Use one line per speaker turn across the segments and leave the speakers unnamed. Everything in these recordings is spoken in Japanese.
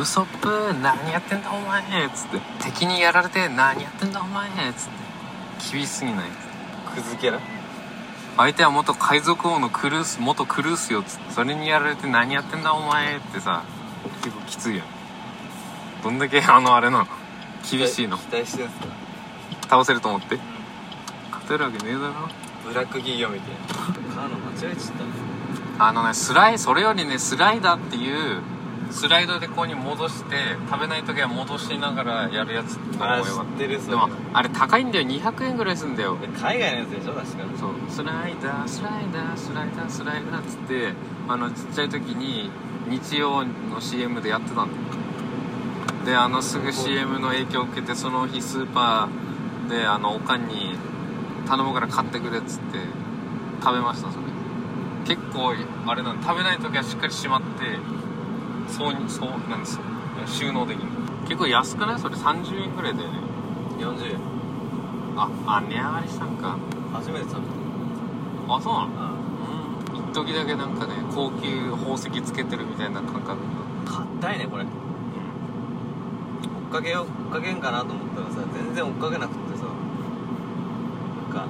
ウソップ何やってんだお前」っつって敵にやられて「何やってんだお前」っつって厳しすぎない
クズキャラ
相手は元海賊王のクルース元クルースよっつってそれにやられて「何やってんだお前」ってさ結構きついやんどんだけあのあれなの厳しいの
期待してんすか
倒せると思って勝てるわけねえだろ
ブラック企業みたいなカーの間違えちゃった
あのねスライそれよりねスライダーっていうスライドでこうに戻して食べない時は戻しながらやるやつの
あ
方
あ
がよかっ
知ってる
た
そ
で
れ
もあれ高いんだよ200円ぐらいすんだよ
海外のやつでしょ確か
そうスライダースライダースライダースライダーっつってあのちっちゃい時に日曜の CM でやってたんだよであのすぐ CM の影響を受けてその日スーパーであのおかんに頼むから買ってくれっつって食べましたそれ結構あれなん食べない時はしっかりしまってそうにそうなんですよ収納できる結構安くないそれ30円ぐらいだよね
40円
ああ値上がりしたんか
初めて食べた
あそうなの
あ
一時だけなんかね高級宝石つけてるみたいな感覚
硬いねこれ追っかけよう追っかけんかなと思ったらさ全然追っかけなくってさなんか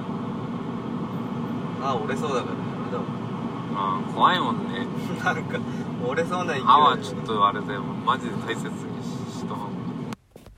あ折れそうだからや めだ
ああ怖いもんね
わなんか折れそうな勢い
歯はちょっとあれだよマジで大切にし